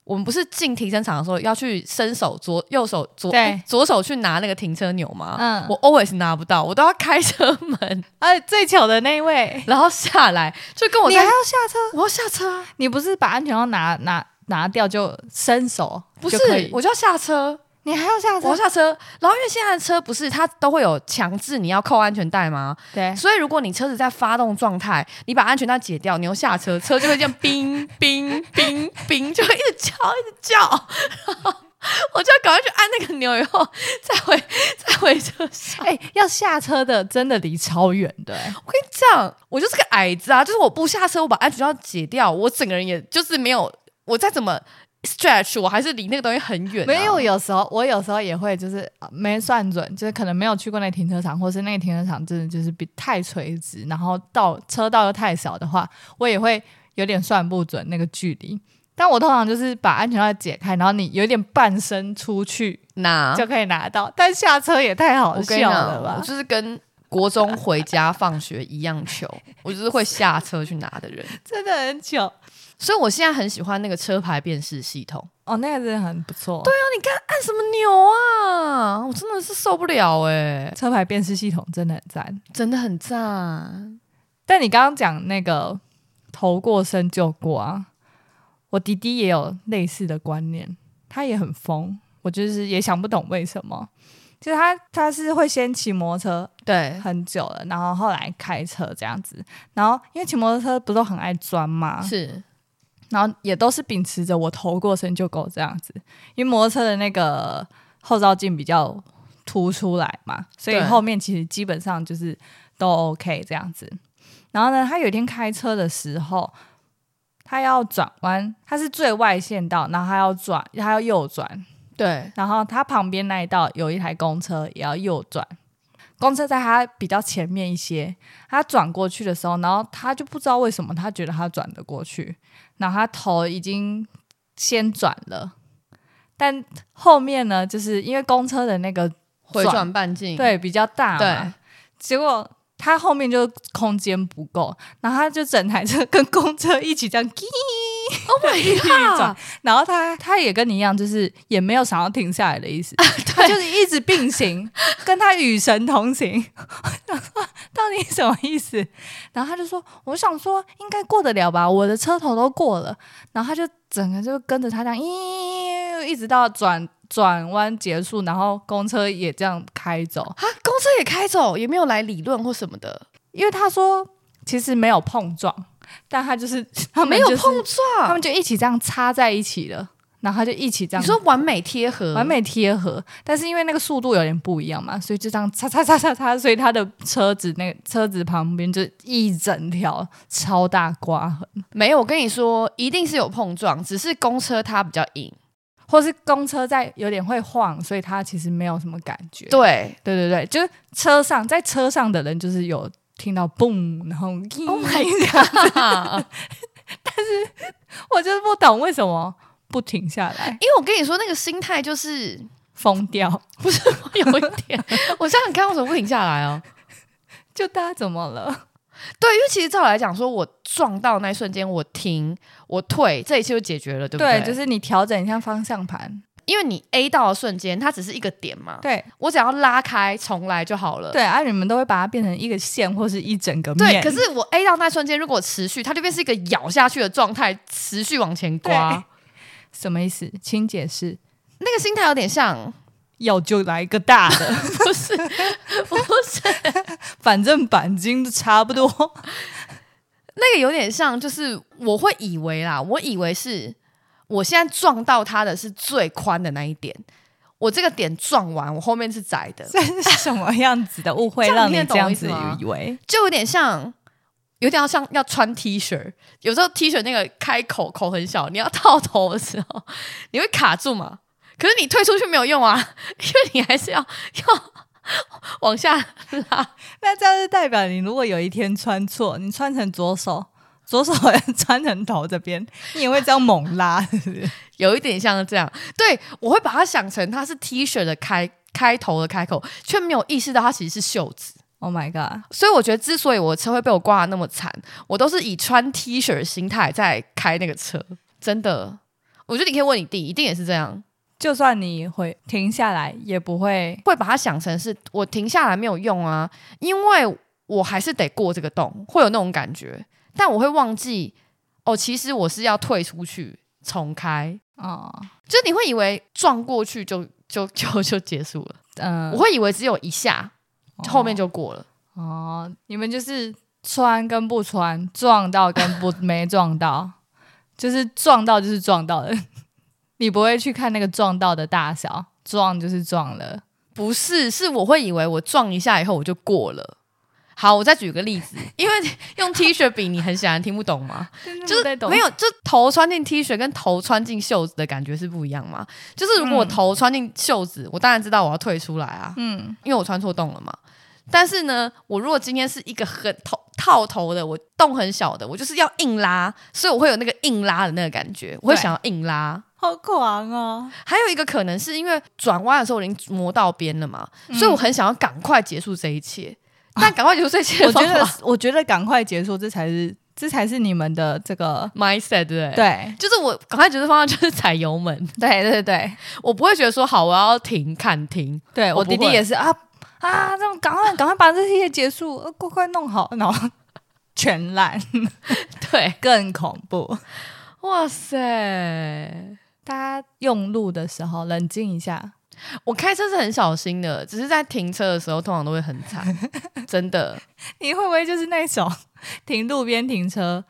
Speaker 2: 我们不是进停车场的时候要去伸手左右手左
Speaker 3: 对
Speaker 2: 诶左手去拿那个停车钮吗？
Speaker 3: 嗯
Speaker 2: 我 always 拿不到，我都要开车门，
Speaker 3: 而且啊最糗的那一位，
Speaker 2: 然后下来就跟我
Speaker 3: 你还
Speaker 2: 在
Speaker 3: 要，下车？
Speaker 2: 我要下车啊，
Speaker 3: 你不是把安全帽拿拿拿掉就伸手
Speaker 2: 不
Speaker 3: 就是可以，
Speaker 2: 我就要下车，
Speaker 3: 你还要下
Speaker 2: 我
Speaker 3: 车
Speaker 2: 要？下车。然后因为现在的车不是它都会有强制你要扣安全带吗？
Speaker 3: 对，
Speaker 2: 所以如果你车子在发动状态，你把安全带解掉，你又下车，车就会这 样冰冰冰冰，就会一直叫一直叫，然 后我就要赶快去按那个钮，以后再回 再回车上。
Speaker 3: 哎、要下车的真的离超远的、哎
Speaker 2: 我跟你讲，我就是个矮子啊，就是我不下车，我把安全带解掉，我整个人也就是没有，我再怎么 stretch，我还是离那个东西很远、啊
Speaker 3: 没有，，有时候我有时候也会就是呃没算准，就是可能没有去过那停车场，或是那个停车场真的就是比太垂直，然后道车道又太少的话，我也会有点算不准那个距离。但我通常就是把安全带解开，然后你有点半身出去
Speaker 2: 那
Speaker 3: 就可以拿到，但下车也太好
Speaker 2: 我跟你
Speaker 3: 笑
Speaker 2: 讲
Speaker 3: 了，
Speaker 2: 我
Speaker 3: 吧？
Speaker 2: 就是跟国中回家放学一样糗，我就是会下车去拿的人。
Speaker 3: 真的很糗
Speaker 2: 所以我现在很喜欢那个车牌辨识系统。
Speaker 3: 哦，那个真的很不错。
Speaker 2: 啊
Speaker 3: 对，
Speaker 2: 按什么牛啊？我真的是受不了哎、
Speaker 3: 车牌辨识系统真的很赞。
Speaker 2: 真的很赞。
Speaker 3: 但你刚刚讲那个头过身就过啊，我弟弟也有类似的观念，他也很疯，我就是也想不懂为什么。就是他，他是会先骑摩托车
Speaker 2: 对，
Speaker 3: 很久了，然后后来开车这样子，然后因为骑摩托车不都很爱钻嘛，
Speaker 2: 是
Speaker 3: 然后也都是秉持着我头过身就够这样子，因为摩托车的那个后照镜比较凸出来嘛，所以
Speaker 2: 对
Speaker 3: 后面其实基本上就是都 OK 这样子。然后呢，他有一天开车的时候，他要转弯，他是最外线道，然后他要转，他要右转，
Speaker 2: 对，
Speaker 3: 然后他旁边那一道有一台公车也要右转，公车在他比较前面一些，他转过去的时候，然后他就不知道为什么，他觉得他转得过去，然后他头已经先转了，但后面呢，就是因为公车的那个
Speaker 2: 回转半径，
Speaker 3: 对比较大
Speaker 2: 对
Speaker 3: 嘛，结果。他后面就空间不够，然后他就整台车跟公车一起这样，
Speaker 2: ，Oh my
Speaker 3: 转
Speaker 2: god，
Speaker 3: 然后他他也跟你一样，就是也没有想要停下来的意
Speaker 2: 啊
Speaker 3: 思，他就是一直 并行，跟他与神同行。 我想说到底什么意思？然后他就说，我想说应该过得了吧，我的车头都过了。然后他就整个就跟着他这样，咦，一直到转转弯结束，然后公车也这样开走，
Speaker 2: 啊，公车也开走，也没有来理论或什么的，
Speaker 3: 因为他说其实没有碰撞，但他就是他们
Speaker 2: 没有
Speaker 3: 就是
Speaker 2: 碰
Speaker 3: 他
Speaker 2: 撞。
Speaker 3: 们就一起这样插在一起了。然后他就一起这样
Speaker 2: 你说完美贴合，
Speaker 3: 完美贴合，但是因为那个速度有点不一样嘛，所以就这样擦擦擦擦擦，所以他的车子那个车子旁边就一整条超大刮痕，
Speaker 2: 没有？我跟你说，一定是有碰撞，只是公车它比较硬。
Speaker 3: 或是公车在有点会晃，所以他其实没有什么感觉。
Speaker 2: 对
Speaker 3: 对对对，就是车上在车上的人就是有听到嘣，然后
Speaker 2: ，Oh
Speaker 3: 这样
Speaker 2: my god！
Speaker 3: 我就是不懂为什么不停下来，
Speaker 2: 因为我跟你说，那个心态就是
Speaker 3: 疯掉，
Speaker 2: 有一点， 我想想看，为什么不停下来哦？
Speaker 3: 就大家怎么了？
Speaker 2: 对，因为其实照理来讲，说我撞到那一瞬间，我停，我退，这一切就解决了，对不对？
Speaker 3: 就是你调整一下方向盘，
Speaker 2: 因为你 A 到的瞬间，它只是一个点嘛，
Speaker 3: 对。
Speaker 2: 我只要拉开重来就好了。
Speaker 3: 对啊，你们都会把它变成一个线或是一整个
Speaker 2: 对，
Speaker 3: 面。
Speaker 2: 可是我 A 到那瞬间，如果持续，它就变是一个咬下去的状态，持续往前刮
Speaker 3: 对。什么意思？请解释。
Speaker 2: 那个心态有点像，
Speaker 3: 要就来一个大的，
Speaker 2: 不是不是，
Speaker 3: 反正钣金都差不多。
Speaker 2: 那个有点像，就是我会以为啦，我以为是我现在撞到它的是最宽的那一点，我这个点撞完，我后面是窄的，
Speaker 3: 这是什么样子的误会，
Speaker 2: 这样
Speaker 3: 让
Speaker 2: 你
Speaker 3: 你
Speaker 2: 听得
Speaker 3: 这样
Speaker 2: 懂
Speaker 3: 子
Speaker 2: 我意思吗
Speaker 3: 以为？
Speaker 2: 就有点像，有点要像要穿 T 恤，有时候 T 恤那个开口口很小，你要套头的时候，你会卡住嘛？可是你退出去没有用啊， 因为你还是要 要往下拉。
Speaker 3: 那这样就代表你如果有一天穿错，你穿成左手，左手穿成头这边，你也会这样猛拉，是不是？
Speaker 2: 有一点像这样，对我会把它想成它是 T 恤的开开头的开口，却没有意识到它其实是袖子。
Speaker 3: Oh my god！
Speaker 2: 所以我觉得，之所以我的车会被我刮的那么惨，我都是以穿 T 恤的心态在开那个车，真的。我觉得你可以问你弟，一定也是这样，
Speaker 3: 就算你回停下来，也不会
Speaker 2: 会把它想成是我停下来没有用啊，因为我还是得过这个洞，会有那种感觉，但我会忘记哦，其实我是要退出去重开，
Speaker 3: 哦，
Speaker 2: 就是你会以为撞过去就就就就结束了，
Speaker 3: 嗯、
Speaker 2: 我会以为只有一下，后面就过了。
Speaker 3: 哦，你们就是穿跟不穿，撞到跟不 没撞到，就是撞到就是撞到了， 你不会去看那个撞到的大小，撞就是撞了。
Speaker 2: 不是，是我会以为我撞一下以后我就过了。好，我再举个例子，因为用 T 恤比你很显然听不懂嘛，就是没
Speaker 3: 有
Speaker 2: 有，就头穿进 T 恤跟头穿进袖子的感觉是不一样嘛。就是如果我
Speaker 3: 嗯
Speaker 2: 头穿进袖子，我当然知道我要退出来 啊，
Speaker 3: 嗯
Speaker 2: 因为我穿错洞了嘛。但是呢，我如果今天是一个很头套头的，我洞很小的，我就是要硬拉，所以我会有那个硬拉的那个感觉，我会
Speaker 3: 对
Speaker 2: 想要硬拉。
Speaker 3: 好狂 哦，
Speaker 2: 还有一个可能是因为转弯的时候我已经磨到边了嘛，
Speaker 3: 嗯
Speaker 2: 所以我很想要赶快结束这一切。 但赶快结束这一切
Speaker 3: 我
Speaker 2: 的方法，
Speaker 3: 觉得我觉得赶快结束，这才是这才是你们的这个
Speaker 2: mindset 对不对？，
Speaker 3: 对
Speaker 2: 就是我赶快结束方向就是踩油门，
Speaker 3: 对对对
Speaker 2: 我不会觉得说好我要停看停，
Speaker 3: 对，
Speaker 2: 我
Speaker 3: 我
Speaker 2: 不
Speaker 3: 弟弟
Speaker 2: 会
Speaker 3: 也是啊啊，这种赶快赶快把这些结束，呃快快弄好，然后 全烂，
Speaker 2: 对，
Speaker 3: 更恐怖。
Speaker 2: 哇塞，
Speaker 3: 大家用路的时候冷静一下，
Speaker 2: 我开车是很小心的，只是在停车的时候通常都会很 惨，真 的。
Speaker 3: 你会不会就是那种 停路边停车，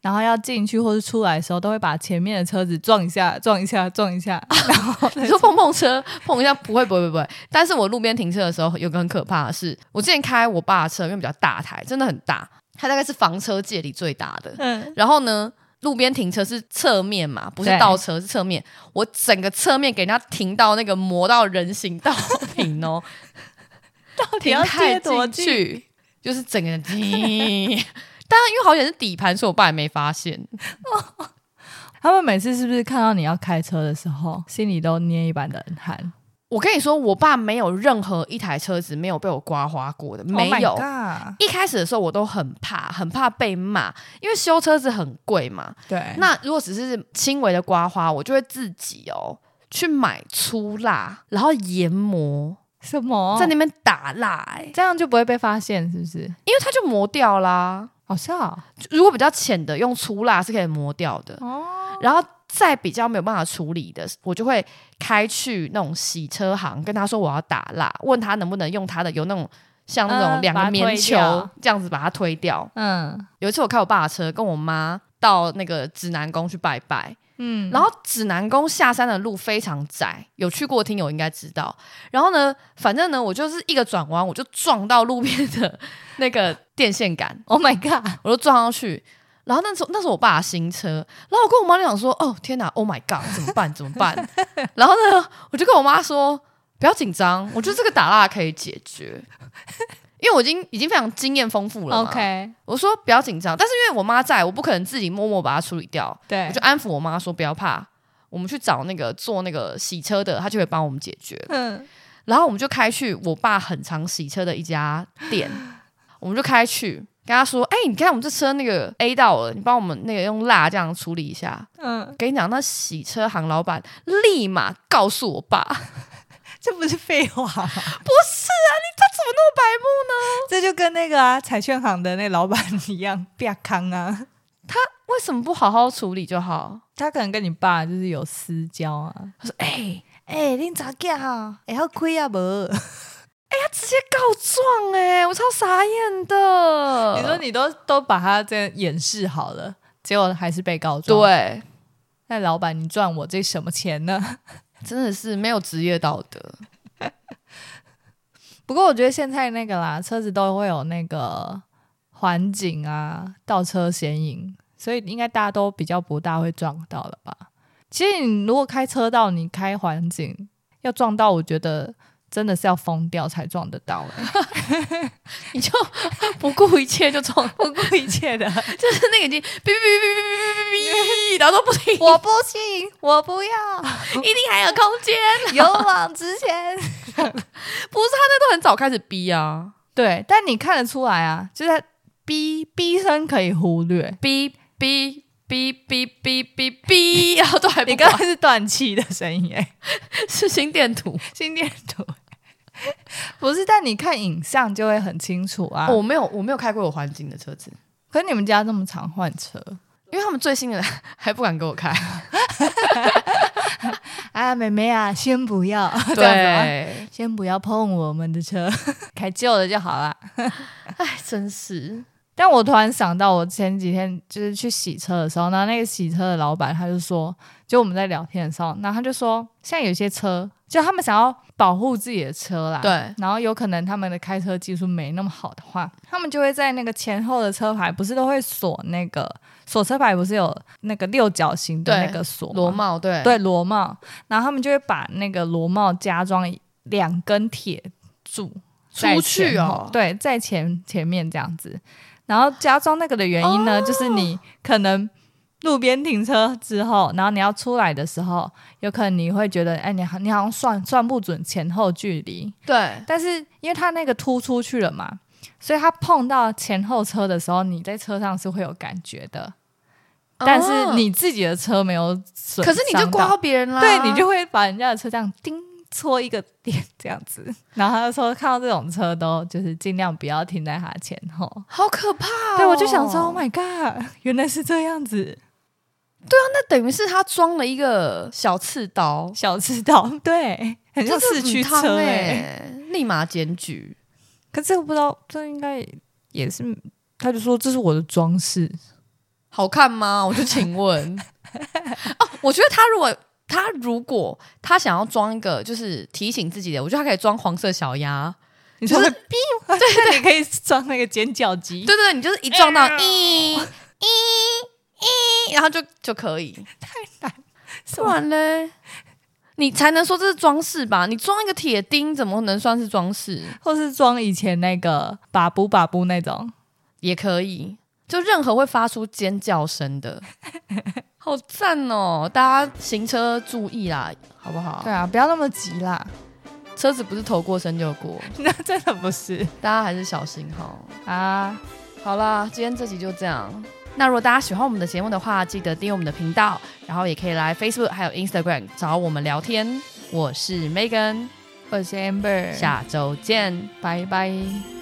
Speaker 3: 然后要进去或是出来的时候，都会把前面的车子撞一下、撞一下、撞一 下，然后
Speaker 2: 你说碰碰车碰一下不会不会不会，但是我路边停车的时候有个很可怕的是，我之前开我爸的车，因为比较大台，真的很大，它大概是房车界里最大的。
Speaker 3: 嗯，
Speaker 2: 然后呢，路边停车是侧面嘛，不是
Speaker 3: 对
Speaker 2: 倒车，是侧面。我整个侧面给人家停到那个磨到人行道 平哦，
Speaker 3: 到底
Speaker 2: 停
Speaker 3: 要
Speaker 2: 太
Speaker 3: 贴哦多
Speaker 2: 进
Speaker 3: 近？
Speaker 2: 去， 就是整个人当然，因为好险是底盘，所以我爸也没发现。
Speaker 3: 他们每次是不是看到你要开车的时候，心里都捏一把冷汗？
Speaker 2: 我跟你说，我爸没有任何一台车子没有被我刮花过的，没
Speaker 3: Oh my
Speaker 2: 有。
Speaker 3: God
Speaker 2: 一开始的时候我都很怕，很怕被骂，因为修车子很贵嘛。
Speaker 3: 对，
Speaker 2: 那如果只是轻微的刮花，我就会自己哦去买粗蜡，然后研磨，
Speaker 3: 什么
Speaker 2: 在那边打蜡、欸，
Speaker 3: 这样就不会被发现，是不是？
Speaker 2: 因为它就磨掉啦。
Speaker 3: 好笑哦
Speaker 2: 就如果比较浅的，用粗蜡是可以磨掉的。
Speaker 3: 哦，
Speaker 2: 然后再比较没有办法处理的，我就会开去那种洗车行，跟他说我要打蜡，问他能不能用他的有那种像那种
Speaker 3: 嗯
Speaker 2: 两个
Speaker 3: 把它
Speaker 2: 棉
Speaker 3: 推
Speaker 2: 球
Speaker 3: 掉
Speaker 2: 这样子把它推掉。
Speaker 3: 嗯
Speaker 2: 有一次我开我爸的车，跟我妈到那个指南宫去拜拜，
Speaker 3: 嗯，
Speaker 2: 然后指南宫下山的路非常窄，有去过的听友应该知道。然后呢，反正呢，我就是一个转弯，我就撞到路边的 那个电线杆，
Speaker 3: Oh my God，
Speaker 2: 我就撞上去。然后那时候那是我爸的新车，然后我跟我妈就想说：“哦天哪，Oh my god，怎么办？怎么办？” 然后呢，我就跟我妈说：“不要紧张，我觉得这个打蜡可以解决，因为我已经已经非常经验丰富了嘛。”
Speaker 3: OK，
Speaker 2: 我说不要紧张，但是因为我妈在，我不可能自己默默把它处理掉，
Speaker 3: 对
Speaker 2: 我就安抚我妈说不要怕，我们去找那个做那个洗车的，他就会帮我们解决。
Speaker 3: 嗯，
Speaker 2: 然后我们就开去我爸很常洗车的一家店， 我们就开去跟他说：“哎、你看我们这车那个 A 到了，你帮我们那个用蜡这样处理一下。”
Speaker 3: 嗯，
Speaker 2: 跟你讲，那洗车行老板立马告诉我爸，
Speaker 3: 这不是废话
Speaker 2: 不
Speaker 3: 吗，
Speaker 2: 是啊，你他怎么那么白目
Speaker 3: 这就跟那个啊彩券行的那老板一样，不要康啊。
Speaker 2: 为什么不好好处理就好？
Speaker 3: 他可能跟你爸就是有私交啊。
Speaker 2: 他说：“哎、
Speaker 3: 哎、恁查囝啊，会晓开啊无？
Speaker 2: 直接告状哎、我超傻眼的。
Speaker 3: 你说你都都把他这掩饰好了，结果还是被告状。，
Speaker 2: 对，
Speaker 3: 那老板，你赚我这什么钱呢？
Speaker 2: 真的是没有职业道德。
Speaker 3: 不过我觉得现在那个啦，车子都会有那个环景啊、倒车显影，所以应该大家都比较不大会撞到了吧？其实你如果开车道，你开环景要撞到，我觉得真的是要疯掉才撞得到、欸，
Speaker 2: 你就 不顾一切就撞，
Speaker 3: 不顾 一切的。
Speaker 2: 就是那个已经哔哔哔哔哔哔哔哔，然后都不停，
Speaker 3: 我不信， 我不要，
Speaker 2: 一定还有空间。
Speaker 3: 勇往直前。
Speaker 2: 不是他那都很早开始逼啊，
Speaker 3: 对，但你看得出来啊，就是他逼逼声可以忽略，
Speaker 2: 逼逼哔哔哔哔哔， 然后都还不
Speaker 3: 你刚
Speaker 2: 管
Speaker 3: 才是断气的声音哎，
Speaker 2: 是心电 图。
Speaker 3: 心电图。不是，但你看影像就会很清楚啊。
Speaker 2: 哦我没有，我没有开过有环境的车子，
Speaker 3: 可是你们家这么常换车，
Speaker 2: 因为他们最新的还不敢给我开。
Speaker 3: 啊，妹妹啊，先不要，这样子吗
Speaker 2: 对，
Speaker 3: 先不要碰我们的车， 开旧的就好啦。
Speaker 2: 哎，真是
Speaker 3: 但我突然想到，我前几天就是去洗车的时候，然后那个洗车的老板他就说，就我们在聊天的时候，然后他就说，现在有些车，就他们想要保护自己的车啦，
Speaker 2: 对。
Speaker 3: 然后有可能他们的开车技术没那么好的话，他们就会在那个前后的车牌不是都会锁那个锁车牌不是有那个六角形的
Speaker 2: 对
Speaker 3: 那个锁吗
Speaker 2: 螺帽，对
Speaker 3: 对螺帽，然后他们就会把那个螺帽加装两根铁柱在
Speaker 2: 出
Speaker 3: 前
Speaker 2: 去
Speaker 3: 后
Speaker 2: 哦，
Speaker 3: 对，在前前面这样子。然后加装那个的原因呢，就是
Speaker 2: 哦
Speaker 3: 你可能路边停车之后，然后你要出来的时候，有可能你会觉得，哎，你好，你好像算算不准前后距离，
Speaker 2: 对
Speaker 3: 但是因为它那个突出去了嘛，所以它碰到前后车的时候，你在车上是会有感觉的，但是
Speaker 2: 哦
Speaker 3: 你自己的车没有损伤到，
Speaker 2: 可是你就刮到别人啦，
Speaker 3: 对你就会把人家的车这样叮戳一个点这样子， 然后他就说看到这种车都就是尽量不要停在他前后。
Speaker 2: 好可怕哦。
Speaker 3: 对，我就想说，Oh my god，原来是这样子，
Speaker 2: 那等于是他装了一个小刺 刀，
Speaker 3: 小吃道，对，很像市区车
Speaker 2: 哎、
Speaker 3: 哎、
Speaker 2: 立马检举。
Speaker 3: 可这个不知道，这应该也是，他就说这是我的装饰，
Speaker 2: 好看吗？我 就请问。哦，我觉得他如果他如果他想要装一个就是提醒自己的，我觉得他可以装黄色小鸭。
Speaker 3: 你说
Speaker 2: 就是
Speaker 3: 的逼吗？ 对对，你可以装那个尖叫机
Speaker 2: 对，对对，你就是一撞
Speaker 3: 哎
Speaker 2: 到一一一，然后就就可以。
Speaker 3: 什
Speaker 2: 不
Speaker 3: 么
Speaker 2: 然嘞，你才能说这是装饰吧？你装一个铁钉怎么能算是装饰？
Speaker 3: 或是装以前那个把布把布那种，
Speaker 2: 也可以，就任何会发出尖叫声的，好赞哦！大家行车注意啦，好不好？
Speaker 3: 对啊，不要那么急啦，
Speaker 2: 车子不是头过身就过，
Speaker 3: 那真的不是
Speaker 2: 大家还是小心哈。
Speaker 3: 啊。
Speaker 2: 好啦，今天这集就这样。那如果大家喜欢我们的节目的话，记得订阅我们的频道，然后也可以来 Facebook 还有 Instagram 找我们聊天。我是 Megan，
Speaker 3: 我是 Amber，
Speaker 2: 下周见。
Speaker 3: 拜拜。